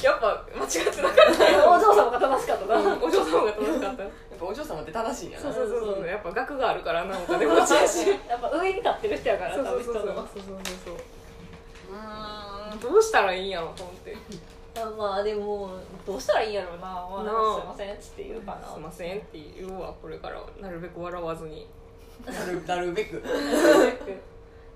[SPEAKER 2] やっぱま違ってなかったよ
[SPEAKER 1] お嬢様が正しかったな、
[SPEAKER 2] うんお嬢様が楽しかったよ
[SPEAKER 3] っぱお嬢様って正しいんや
[SPEAKER 2] そう
[SPEAKER 3] な
[SPEAKER 2] そうそうそうやっぱ額があるからなお 金持ちやし
[SPEAKER 1] やっぱ上に立ってる人やから
[SPEAKER 2] そうそうそうそう
[SPEAKER 1] 多分人
[SPEAKER 2] そう
[SPEAKER 1] の
[SPEAKER 2] そう
[SPEAKER 3] うーん
[SPEAKER 2] そうどうしたらいいんやろと思って
[SPEAKER 1] あまあでもどうしたらいいんやろうな、まあ
[SPEAKER 2] な
[SPEAKER 1] す
[SPEAKER 2] あ
[SPEAKER 1] いませんっつって言うか
[SPEAKER 2] すいま
[SPEAKER 1] な
[SPEAKER 2] せんって言うわこれからはなるべく笑わず に
[SPEAKER 3] なるなるべく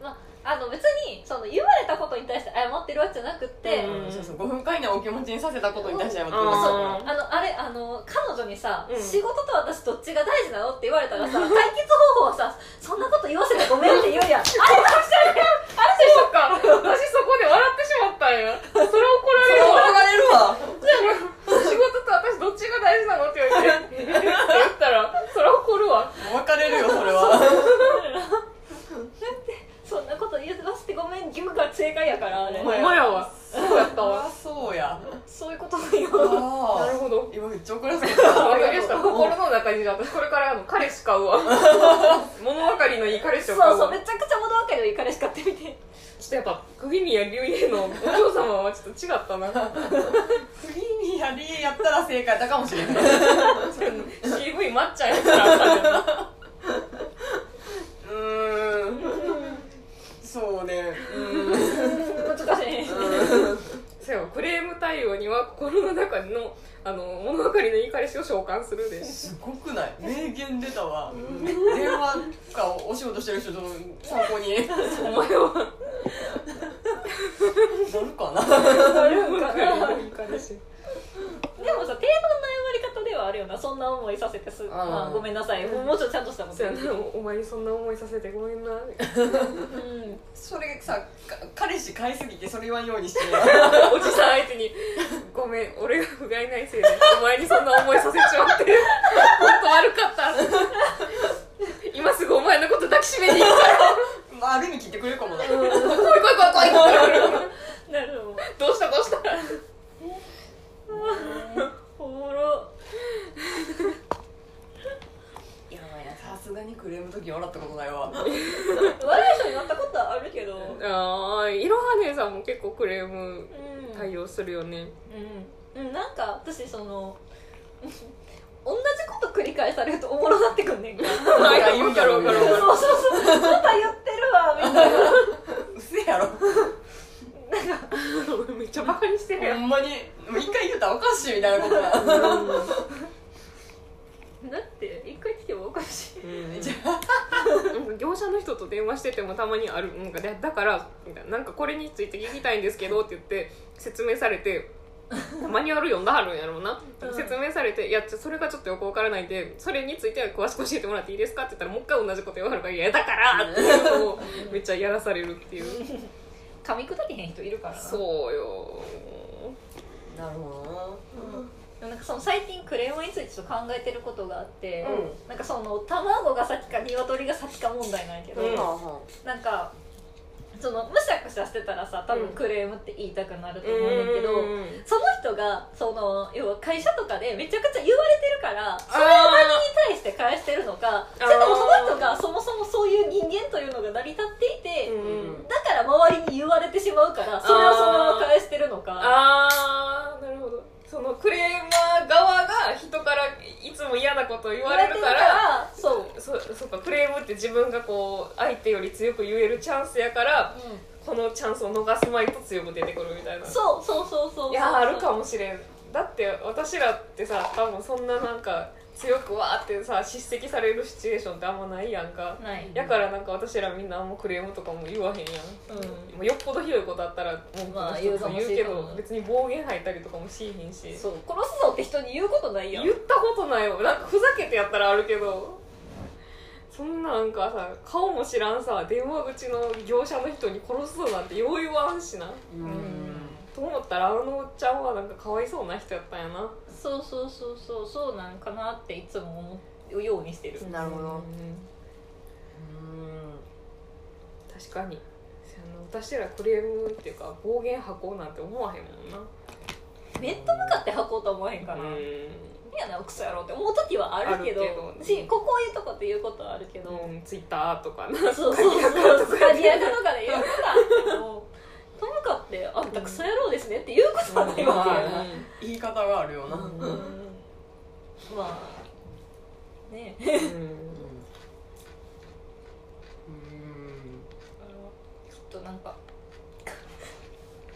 [SPEAKER 1] まああの別にその言われたことに対して謝ってるわけじゃなくって、
[SPEAKER 2] うん
[SPEAKER 3] そうそうご不快なお気持ちにさせたことに対して謝ってくだ
[SPEAKER 2] あ
[SPEAKER 3] さ
[SPEAKER 2] ー
[SPEAKER 1] あのあれあの彼女にさ、
[SPEAKER 2] うん
[SPEAKER 1] 仕事と私どっちが大事なのって言われたらさ解決方法はさそんなこと言わせてごめんって言うやんあれと一緒にあれと一緒
[SPEAKER 2] そうか私そこで笑ってしまったんやそれ怒られ
[SPEAKER 3] い
[SPEAKER 2] る
[SPEAKER 3] 怒
[SPEAKER 2] わ
[SPEAKER 3] られるわ
[SPEAKER 2] 仕事と私どっちが大事なのって言われてって言ったらそれは怒るわ
[SPEAKER 3] 別れるよそれは
[SPEAKER 1] そんなこと言わせてごめん義務が正解やからあれ
[SPEAKER 3] お
[SPEAKER 2] お
[SPEAKER 3] 前
[SPEAKER 2] 前
[SPEAKER 3] や
[SPEAKER 2] やわそうやったわ
[SPEAKER 3] そうや
[SPEAKER 1] そういうことだよ
[SPEAKER 3] あ
[SPEAKER 2] なる
[SPEAKER 3] ー
[SPEAKER 2] ほど
[SPEAKER 3] 今めっちゃ怒らせた
[SPEAKER 2] わかりました心の中にじゃあ私これからあの彼氏買う わ物分かりのいい彼氏
[SPEAKER 1] そ
[SPEAKER 2] を
[SPEAKER 1] う
[SPEAKER 2] 買うわ
[SPEAKER 1] そうめちゃくちゃ物分かりのいい彼しかってみて
[SPEAKER 2] ちょっとやっぱ釘宮龍家のお嬢様はちょっと違ったな
[SPEAKER 3] 次にやりやったら正解だかもしれない
[SPEAKER 2] CV 待っちゃうやつらあったけどな
[SPEAKER 3] うーんそうねうーん
[SPEAKER 1] 難しい
[SPEAKER 2] そうやクレーム対応には心の中のあの物分かりのいい彼氏を召喚するで
[SPEAKER 3] すごくない名言出たわ電話とかお仕事してる人と参考に
[SPEAKER 2] お前は
[SPEAKER 3] なるか な
[SPEAKER 2] 物分かりのいい彼氏
[SPEAKER 1] でもさ定番の謝り方ではあるよなそんな思いさせてす、まあ、ごめんなさいもうもうちょっとちゃんとしたもん
[SPEAKER 2] そうやなお前にそんな思いさせてごめんな
[SPEAKER 1] うん
[SPEAKER 3] それさか彼氏買いすぎてそれ言わんようにして
[SPEAKER 2] おじさん相手に「ごめん俺が不甲斐ないせいでお前にそんな思いさせちま って本当悪かった」今すぐお前のこと抱きしめに行くから
[SPEAKER 3] まあある意味聞いてくれるかもな
[SPEAKER 2] 来い来い来い来い
[SPEAKER 1] なるほど
[SPEAKER 2] どうしたどうした
[SPEAKER 1] おもろ
[SPEAKER 3] いやさすがにクレーム時笑ったことないわ
[SPEAKER 1] 悪い人になったことはあるけどうん
[SPEAKER 2] ああいろは姉さんも結構クレーム対応するよね
[SPEAKER 1] うん、うん、なんか私その うん同じこと繰り返されるとおもろなってくんねんかそう
[SPEAKER 2] はいわかるわかるわか
[SPEAKER 1] そうそうまた言ってるわみたいな
[SPEAKER 3] うせやろ
[SPEAKER 2] る めっちゃバカにしてるや
[SPEAKER 3] ほ
[SPEAKER 2] ん
[SPEAKER 3] んまにもう一回言うたらおかしいみたいなことだ
[SPEAKER 1] だって一回来てもおかしい
[SPEAKER 3] じゃ
[SPEAKER 2] うん業者の人と電話しててもたまにあるなんかだだからみたいななんかこれについて聞きたいんですけどって言って説明されてマニュアル読んだはるんやろうな
[SPEAKER 1] うん
[SPEAKER 2] 説明されて「いやちょそれがちょっとよくわからないんでそれについては詳しく教えてもらっていいですか?」って言ったらもう一回同じこと言わはるから「いや だから!」っていうのをめっちゃやらされるっていう
[SPEAKER 1] 噛み砕けへん人いるからな
[SPEAKER 2] そうよ
[SPEAKER 3] あなるほ
[SPEAKER 1] でもなんかその最近クレームについてちょっと考えてることがあって、
[SPEAKER 3] う
[SPEAKER 1] なんかその卵が先か鶏が先か問題なんやけど、
[SPEAKER 2] う
[SPEAKER 3] ど
[SPEAKER 2] ん
[SPEAKER 3] な
[SPEAKER 1] なんかそのむしゃくしゃしてたらさ多分クレームって言いたくなると思うねんだけど、
[SPEAKER 2] うん
[SPEAKER 1] その人がその要は会社とかでめちゃくちゃ言われてるからそれを
[SPEAKER 2] あ
[SPEAKER 1] 何に対して返してるのかそれともその人がそもそもそういう人間というのが成り立っていて、
[SPEAKER 2] ーうん
[SPEAKER 3] うん
[SPEAKER 1] だから周りに言われてしまうからそれをそのまま返してるのか
[SPEAKER 2] あーなるほどそのクレーマー側が人からいつも嫌なことを言
[SPEAKER 1] 言
[SPEAKER 2] わ
[SPEAKER 1] われ
[SPEAKER 2] れ
[SPEAKER 1] て
[SPEAKER 2] る
[SPEAKER 1] る
[SPEAKER 2] か
[SPEAKER 1] かららそう、
[SPEAKER 2] そそうかクレームって自分がこう相手より強く言えるチャンスやからこのチャンスを逃すまいと強く出てくるみたいな
[SPEAKER 1] そうそうそうそうそう
[SPEAKER 2] やーあるかもしれんだって私らってさ多分そんななんか強くわーってさ叱責されるシチュエーションってあんまないやんか
[SPEAKER 1] ない
[SPEAKER 2] やからなんか私らみんなあんまクレームとかも言わへんやん
[SPEAKER 1] う
[SPEAKER 2] もうよっぽどひどいことあったら文句
[SPEAKER 1] まあ
[SPEAKER 2] の
[SPEAKER 1] 言
[SPEAKER 2] 一
[SPEAKER 1] う
[SPEAKER 2] つ
[SPEAKER 1] かも
[SPEAKER 2] 言う
[SPEAKER 1] し
[SPEAKER 2] け
[SPEAKER 1] れんもん
[SPEAKER 2] ど別に暴言吐いたりとかもしいへんし
[SPEAKER 1] んそう殺すぞって人に言うことないやん
[SPEAKER 2] 言ったことないよなんかふざけてやったらあるけどそんななんかさ顔も知らんさ電話口の業者の人に殺すぞなんてよう言わんしな
[SPEAKER 3] うん
[SPEAKER 2] と思ったらあのおっちゃんはなんかかわいそうな人やったんやな
[SPEAKER 1] そうそうそうそうそうなんかなっていつも思うようにしてる
[SPEAKER 3] なるほど
[SPEAKER 2] うん
[SPEAKER 3] うん
[SPEAKER 2] 確かにそやな私らクレームっていうか暴言吐こうなんて思わへんもんな
[SPEAKER 1] 面と向かって吐こうと思わへんから、
[SPEAKER 2] う
[SPEAKER 1] い
[SPEAKER 2] ん
[SPEAKER 1] やなクソやろうって思う時はあるけど
[SPEAKER 2] あるけど
[SPEAKER 1] しここういうとこって言うことはあるけど、
[SPEAKER 2] うん、ツイッターとかな
[SPEAKER 1] そうそうそうスカディアとかで言うことはあるけどとと向かって「あんたクソ野郎ですね」って言うことはないわけやな、
[SPEAKER 3] 言い方があるよな、
[SPEAKER 1] うんまあねえ
[SPEAKER 3] う
[SPEAKER 2] あのちょっとなんか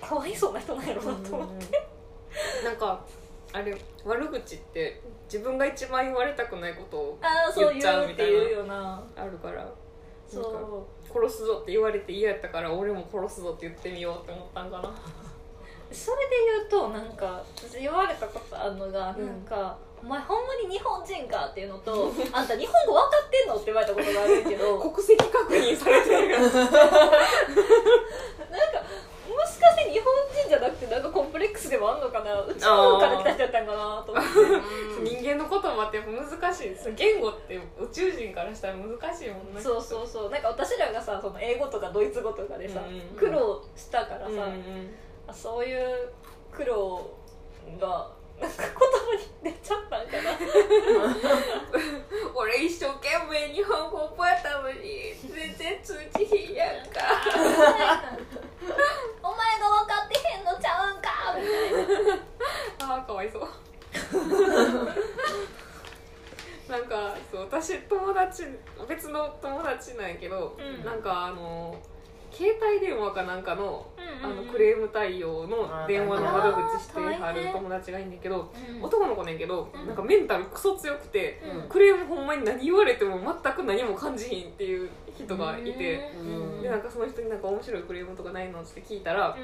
[SPEAKER 1] かわいそうな人なんやろうなと思って、
[SPEAKER 2] なんかあれ悪口って自分が一番言われたくないことを
[SPEAKER 1] ああそう
[SPEAKER 2] 言
[SPEAKER 1] 言
[SPEAKER 2] っちゃう
[SPEAKER 1] う
[SPEAKER 2] み
[SPEAKER 1] ったて
[SPEAKER 2] いな
[SPEAKER 1] いうよな
[SPEAKER 2] あるからなんか
[SPEAKER 1] そ
[SPEAKER 2] 殺すぞって言われて嫌やったから俺も殺すぞって言ってみようって思ったんかな
[SPEAKER 1] うそれで言うとなんか私言われたことあるのが、
[SPEAKER 2] うん
[SPEAKER 1] なんか「お前ほんまに日本人か?」っていうのと「あんた日本語分かってんの?」って言われたことがあるんやけどなんか
[SPEAKER 2] 国籍確認されてるやん
[SPEAKER 1] もしかして日本人じゃなくてなんかコンプレックスでもあんのかなうちの方から来た人やったんかなと思って
[SPEAKER 3] ん
[SPEAKER 2] 人間の言葉ってやっぱ難しいその言語って宇宙人からしたら難しいもんね
[SPEAKER 1] そうそうそうなんか私らがさその英語とかドイツ語とかでさ、
[SPEAKER 2] うんうんうん
[SPEAKER 1] 苦労したからさ、
[SPEAKER 2] うんうん
[SPEAKER 1] あそういう苦労がなんか言葉に出ちゃったんかな
[SPEAKER 2] 俺一生懸命日本語覚えたのに全然通じひんやんか
[SPEAKER 1] お前が分かってへんのちゃうんかみたいな
[SPEAKER 2] あーかわいそう なんかそう私友達別の友達なんやけど、
[SPEAKER 1] うん
[SPEAKER 2] なんかあの携帯電話かなんかの,、
[SPEAKER 1] うんうん
[SPEAKER 2] あのクレーム対応の電話の窓口して
[SPEAKER 1] あー
[SPEAKER 2] は
[SPEAKER 1] 大
[SPEAKER 2] る
[SPEAKER 1] 変
[SPEAKER 2] 友達がいいんだけど、
[SPEAKER 1] うん
[SPEAKER 2] 男の子なんやけど、
[SPEAKER 1] うん
[SPEAKER 2] なんかメンタルクソ強くて、
[SPEAKER 1] うん
[SPEAKER 2] クレームほんまに何言われても全く何も感じひんっていう人がいて、
[SPEAKER 1] うん
[SPEAKER 2] でなんかその人になんか面白いクレームとかないのって聞いたら、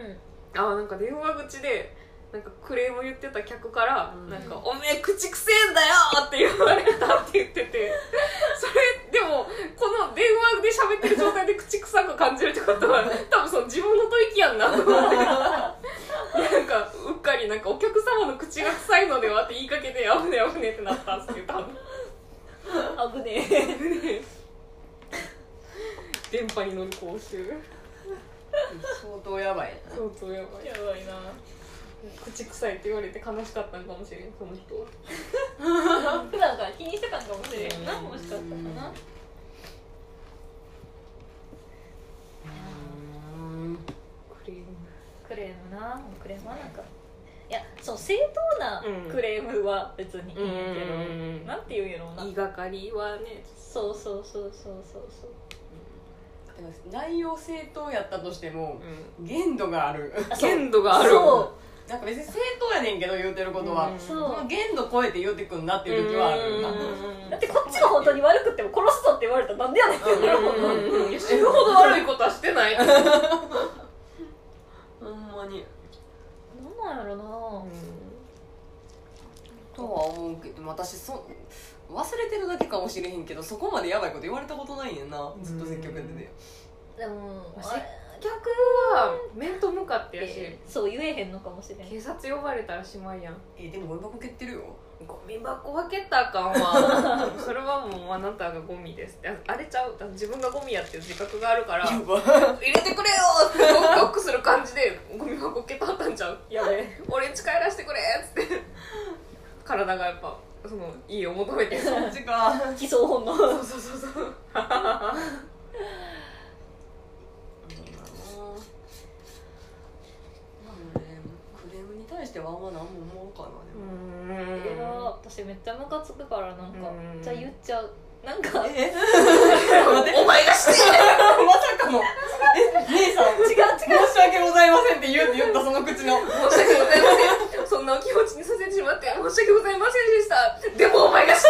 [SPEAKER 2] あーなんか電話口でなんかクレーム言ってた客から「
[SPEAKER 3] うん
[SPEAKER 2] なんかおめえ口くせえんだよ!」って言われたって言って てそれでもこの電話で喋ってる状態で口臭く感じるってことは多分その自分の吐息やんなと思ってなんかうっかりなんかお客様の口が臭いのではって言いかけて「あぶねあぶね」ってなったんですけど多
[SPEAKER 1] う
[SPEAKER 2] 分
[SPEAKER 1] ん、危ねえ
[SPEAKER 2] 電波に乗る講習
[SPEAKER 3] 相当やばいな
[SPEAKER 2] 相当やばい
[SPEAKER 1] やばいな
[SPEAKER 2] 口臭いって言われて悲しかったんかもしれんその人は
[SPEAKER 1] 普段から気にしてたんかもしれんな
[SPEAKER 2] うん
[SPEAKER 1] もしかしたらな
[SPEAKER 2] クレーム
[SPEAKER 1] クレームなクレームはなんかいやそう正当なクレームは別にいいんやけど、
[SPEAKER 2] うん
[SPEAKER 1] なんて言うんやろうな
[SPEAKER 2] 言いがかりはね
[SPEAKER 1] そうそうそうそうそうそう
[SPEAKER 3] 内容正当やったとしても
[SPEAKER 2] う
[SPEAKER 3] 限度がある
[SPEAKER 1] あ
[SPEAKER 2] ん
[SPEAKER 1] そう
[SPEAKER 2] 限度がある
[SPEAKER 1] そう
[SPEAKER 3] なんか別に正当やねんけど言うてることは、
[SPEAKER 2] うん
[SPEAKER 3] その限度超えて言うてくんなっていう時はあるよな、
[SPEAKER 1] だってこっちが本当に悪くっても殺すぞって言われたらなんでやねんって思う
[SPEAKER 2] うんいや死ぬほど悪いことはしてないうん
[SPEAKER 3] ほんまに
[SPEAKER 1] なんなんやろな
[SPEAKER 3] とは思うけど私そ忘れてるだけかもしれへんけどそこまでやばいこと言われたことないねんなずっと積極的で、
[SPEAKER 1] でも
[SPEAKER 2] まあ
[SPEAKER 1] あれ
[SPEAKER 2] 客は面と向かってやし
[SPEAKER 1] そう言えへんのかもしれん
[SPEAKER 2] 警察呼ばれたらしまいやん
[SPEAKER 3] えでもゴミ箱蹴ってるよ
[SPEAKER 2] ゴミ箱分けたらあかんわそれはもうあなたがゴミですってああれちゃう自分がゴミやっていう自覚があるから
[SPEAKER 3] や
[SPEAKER 2] 入
[SPEAKER 3] ば
[SPEAKER 2] れてくれよってノックノックする感じでゴミ箱受けたったんちゃう
[SPEAKER 1] やべ
[SPEAKER 2] 俺んち帰らしてくれっつって体がやっぱそのいいを求めてそう
[SPEAKER 3] マジか
[SPEAKER 1] 偽装本能
[SPEAKER 2] そうそうそう
[SPEAKER 3] クレームクレームに対してはあんま何も思うかなでも
[SPEAKER 2] ん
[SPEAKER 1] いや私めっちゃムカつくからなんか
[SPEAKER 2] うん
[SPEAKER 1] じゃあ言っちゃうなんか違う違う違う
[SPEAKER 3] えお前がして まさかのえ姉さん申し訳ございませんって言うって言ったその口の
[SPEAKER 2] 申し訳ございませんそんなお気持ちにさせてしまって申し訳ございませんでしたでもお前がして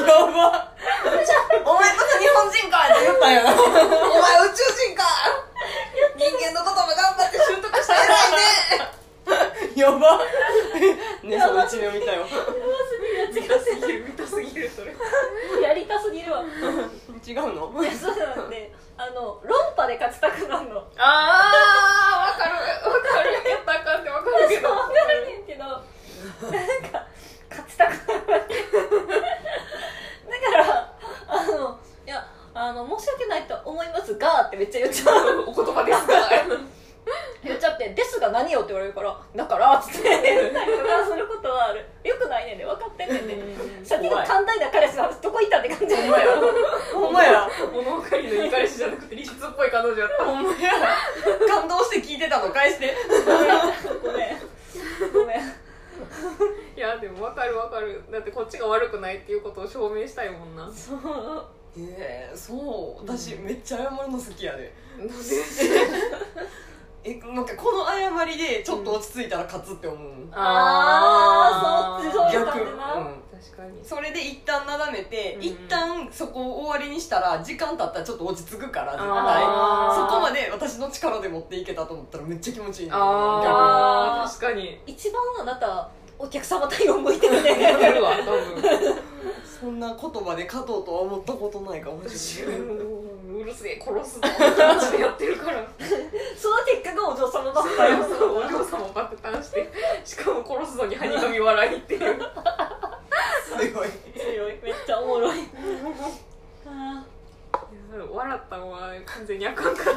[SPEAKER 3] やばお前こそ日本人かって言ったんやな
[SPEAKER 2] お前宇宙人か人間のことも頑張って習得したら偉いね
[SPEAKER 3] やば姉さんの一面見たよ
[SPEAKER 2] すぎる見たすぎるそれ
[SPEAKER 1] やりたすぎるわ
[SPEAKER 3] 違うの
[SPEAKER 1] いやそうなんであの論破で勝ちたくなるの
[SPEAKER 2] あーわかるわかるやったらあかんってわかるけ
[SPEAKER 1] 分
[SPEAKER 2] ど
[SPEAKER 1] かるねんけどなんか勝ちたくなるだからあのいやあの申 し訳ないと思いますがってめっちゃ言っちゃう
[SPEAKER 2] お言葉ですか
[SPEAKER 1] 言っちゃって「ですが」たら何よって言われるから「だから」っつって言ったりとかすることはあるよくないねんで分かってんねんでさっきの寛大な彼氏の話どこ行ったって感じ
[SPEAKER 3] ほんまやほんまや
[SPEAKER 2] 物分かりのいい彼氏じゃなくて理屈っぽい彼女やった
[SPEAKER 3] ほんまや感動して聞いてたの返して
[SPEAKER 1] ごめんごめん
[SPEAKER 2] いやでも分かる分かるだってこっちが悪くないっていうことを証明したいもんな
[SPEAKER 1] そう
[SPEAKER 3] えー、そう私めっちゃ謝るの好きやでえなんかこの謝りでちょっと落ち着いたら勝つって思う、
[SPEAKER 1] あーそうそう
[SPEAKER 2] 逆
[SPEAKER 3] 逆、
[SPEAKER 1] だってな
[SPEAKER 3] う
[SPEAKER 2] 確かに
[SPEAKER 3] ん、それで一旦なだめて、
[SPEAKER 2] うん
[SPEAKER 3] 一旦そこを終わりにしたら時間経ったらちょっと落ち着くから絶対
[SPEAKER 2] あー
[SPEAKER 3] そこまで私の力で持っていけたと思ったらめっちゃ気持ちいいね
[SPEAKER 2] あー確かに
[SPEAKER 1] 一番あなたお客様対応向いてる
[SPEAKER 2] 分か
[SPEAKER 1] ね
[SPEAKER 2] るわ多分
[SPEAKER 3] 逆にそんな言葉で勝とうとは思ったことないかも
[SPEAKER 2] 私
[SPEAKER 3] しれないう
[SPEAKER 2] るせえ殺すぞって気持ちでやってるから
[SPEAKER 1] その結果がお嬢様だったよ
[SPEAKER 2] お嬢様爆誕してしかも殺すのにはにかみ笑いっていう
[SPEAKER 3] すごい
[SPEAKER 1] 強いめっちゃおもろ いあ
[SPEAKER 2] 笑ったのは完全にあかんかった
[SPEAKER 1] ー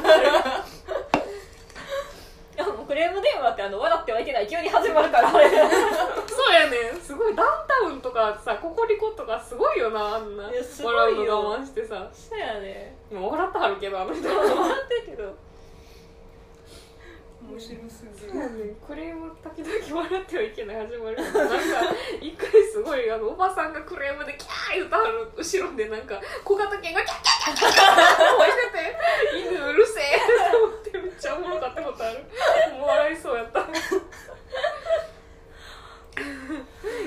[SPEAKER 1] いやもうクレーム電話ってあの笑ってはいけない急に始まるからあれ
[SPEAKER 2] そうやねんすごいダウンタウンとかさココリコとかすごいよなあんない
[SPEAKER 1] やすごいよ
[SPEAKER 2] 笑うの我慢してさ
[SPEAKER 1] そうやね
[SPEAKER 2] もう笑ったはるけどあの人
[SPEAKER 1] 笑ってるけど
[SPEAKER 3] 面白すぎる
[SPEAKER 2] クレーム時々笑ってはいけない始まるなんか一回すごいあのおばさんがクレームでキャー言うたはる後ろでなんか小型犬がキャッキャッキャッキャッキャッ吠えてて犬うるせえって思ってめっちゃおもろかったことあるもう笑いそうやった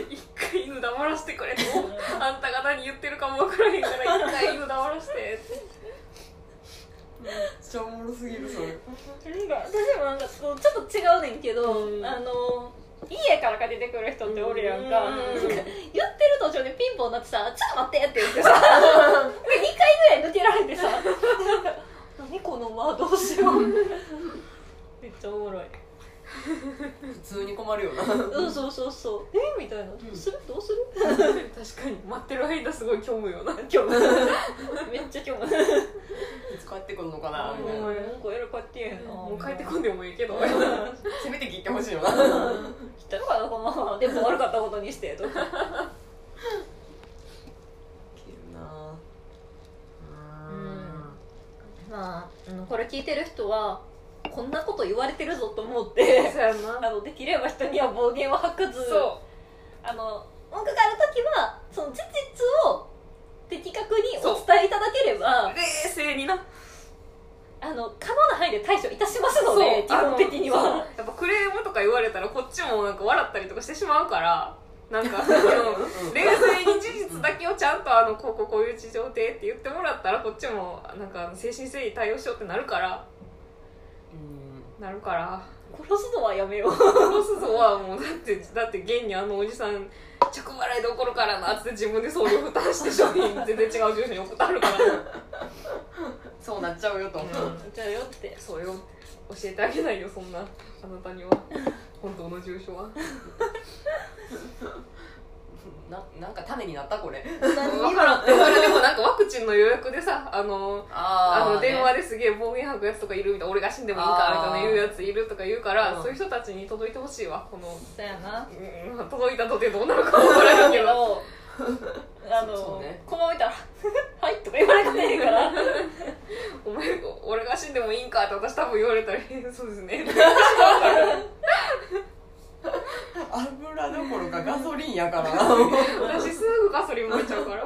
[SPEAKER 2] 一回犬黙らせてくれとあんたが何言ってるかも分からへんから一回犬黙らせて って
[SPEAKER 3] めっちゃおもろすぎるそれ
[SPEAKER 1] なんか私もなんかこうちょっと違うねんけど、
[SPEAKER 2] うん
[SPEAKER 1] あの家からか出てくる人っておるやんか,、
[SPEAKER 2] うん
[SPEAKER 1] なんか言ってる途中でピンポンなってさ「ちょっと待って」って言ってさで2回ぐらい抜けられてさなんか「 何この間どうしよう」めっちゃおもろい
[SPEAKER 3] 普通に困るよな
[SPEAKER 1] うんそうそうそうえみたいなどうするどうする
[SPEAKER 2] 確かに待ってる間すごい虚無よな
[SPEAKER 1] 今日めっちゃ今日
[SPEAKER 3] いつ帰ってくるのかな
[SPEAKER 1] あ
[SPEAKER 3] みたいな
[SPEAKER 1] もうなんかやるかっていうな
[SPEAKER 2] もう帰ってこんでもいいけど
[SPEAKER 3] せめて聞いてほしいよな
[SPEAKER 1] 来たのかなこのままでも悪かったことにしてとかまああのこれ聞いてる人はこんなこと言われてるぞと思って
[SPEAKER 2] そうや
[SPEAKER 1] あ
[SPEAKER 2] な
[SPEAKER 1] のできれば人には暴言を吐かず
[SPEAKER 2] そ
[SPEAKER 1] あの文句がある時はその事実を的確にお伝えいただければ
[SPEAKER 2] う冷静にな
[SPEAKER 1] あの可能な範囲で対処いたしますので基本的に
[SPEAKER 2] あの
[SPEAKER 1] は
[SPEAKER 2] そうやっぱクレームとか言われたらこっちもなんか笑ったりとかしてしまうからなん かあの冷静に事実だけをちゃんとあのこうこうこういう事情でって言ってもらったらこっちもなんかあの誠心誠意対応しようってなるからなるから
[SPEAKER 1] 殺すのはやめよう
[SPEAKER 2] 殺すぞはもうだってだって現にあのおじさん着払いで怒るからなっつって自分で送料負担して商品全然違う住所に送ってあるから
[SPEAKER 3] そうなっちゃうよと
[SPEAKER 2] うん
[SPEAKER 1] じゃあよって
[SPEAKER 2] それを教えてあげないよそんなあなたには本当の住所は
[SPEAKER 3] ななんかためになったこれ
[SPEAKER 1] 何
[SPEAKER 2] 分
[SPEAKER 1] に
[SPEAKER 2] からん
[SPEAKER 1] も
[SPEAKER 2] それでもなんかワクチンの予約でさあのあ
[SPEAKER 3] あ
[SPEAKER 2] の電話
[SPEAKER 3] で
[SPEAKER 2] ですげえ暴言吐くやつとかいるみたいな俺が死んでもいいからみたいな言うやついるとか言うから、
[SPEAKER 3] うん
[SPEAKER 2] そういう人たちに届いてほしいわこの、
[SPEAKER 1] そうやな
[SPEAKER 2] うん、届いたとてどうなるか分からんけ
[SPEAKER 1] け
[SPEAKER 2] ど
[SPEAKER 1] どあの
[SPEAKER 3] そうね
[SPEAKER 1] このまま見たら 「はい」とか言われてねえから
[SPEAKER 2] お前俺が死んでもいいんかって私多分言われたらえそうですね
[SPEAKER 3] 油どころかガソリンやからな
[SPEAKER 2] 私すぐガソリン燃えちゃうから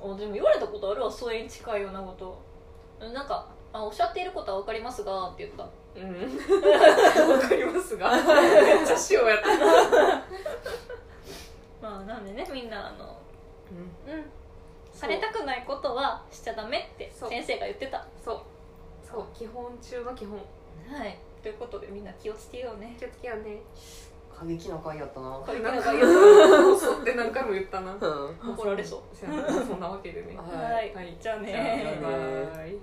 [SPEAKER 1] おでも言われたことあるわそれに近いようなことなんかあ「おっしゃっていることは分かりますが」って言った
[SPEAKER 2] うんわかりますがめっちゃ塩やった、
[SPEAKER 1] まあなんでねみんなあの
[SPEAKER 2] うん
[SPEAKER 1] うんされたくないことはしちゃダメって
[SPEAKER 2] そう
[SPEAKER 1] 先生が言ってた
[SPEAKER 2] そうそう基本中の基本
[SPEAKER 1] はいということでみんな気をつけようね
[SPEAKER 2] 気をつけようね
[SPEAKER 3] 過激な回やったな
[SPEAKER 1] これ
[SPEAKER 2] なん
[SPEAKER 1] 何
[SPEAKER 2] か
[SPEAKER 1] か
[SPEAKER 2] 言
[SPEAKER 1] 言う
[SPEAKER 2] うそうって何回も言ったな
[SPEAKER 3] うん
[SPEAKER 1] 怒られそう
[SPEAKER 2] そんなわけでね
[SPEAKER 3] は
[SPEAKER 1] はい
[SPEAKER 2] はい
[SPEAKER 1] じゃあ
[SPEAKER 2] じゃあ
[SPEAKER 1] ね
[SPEAKER 2] バイバイ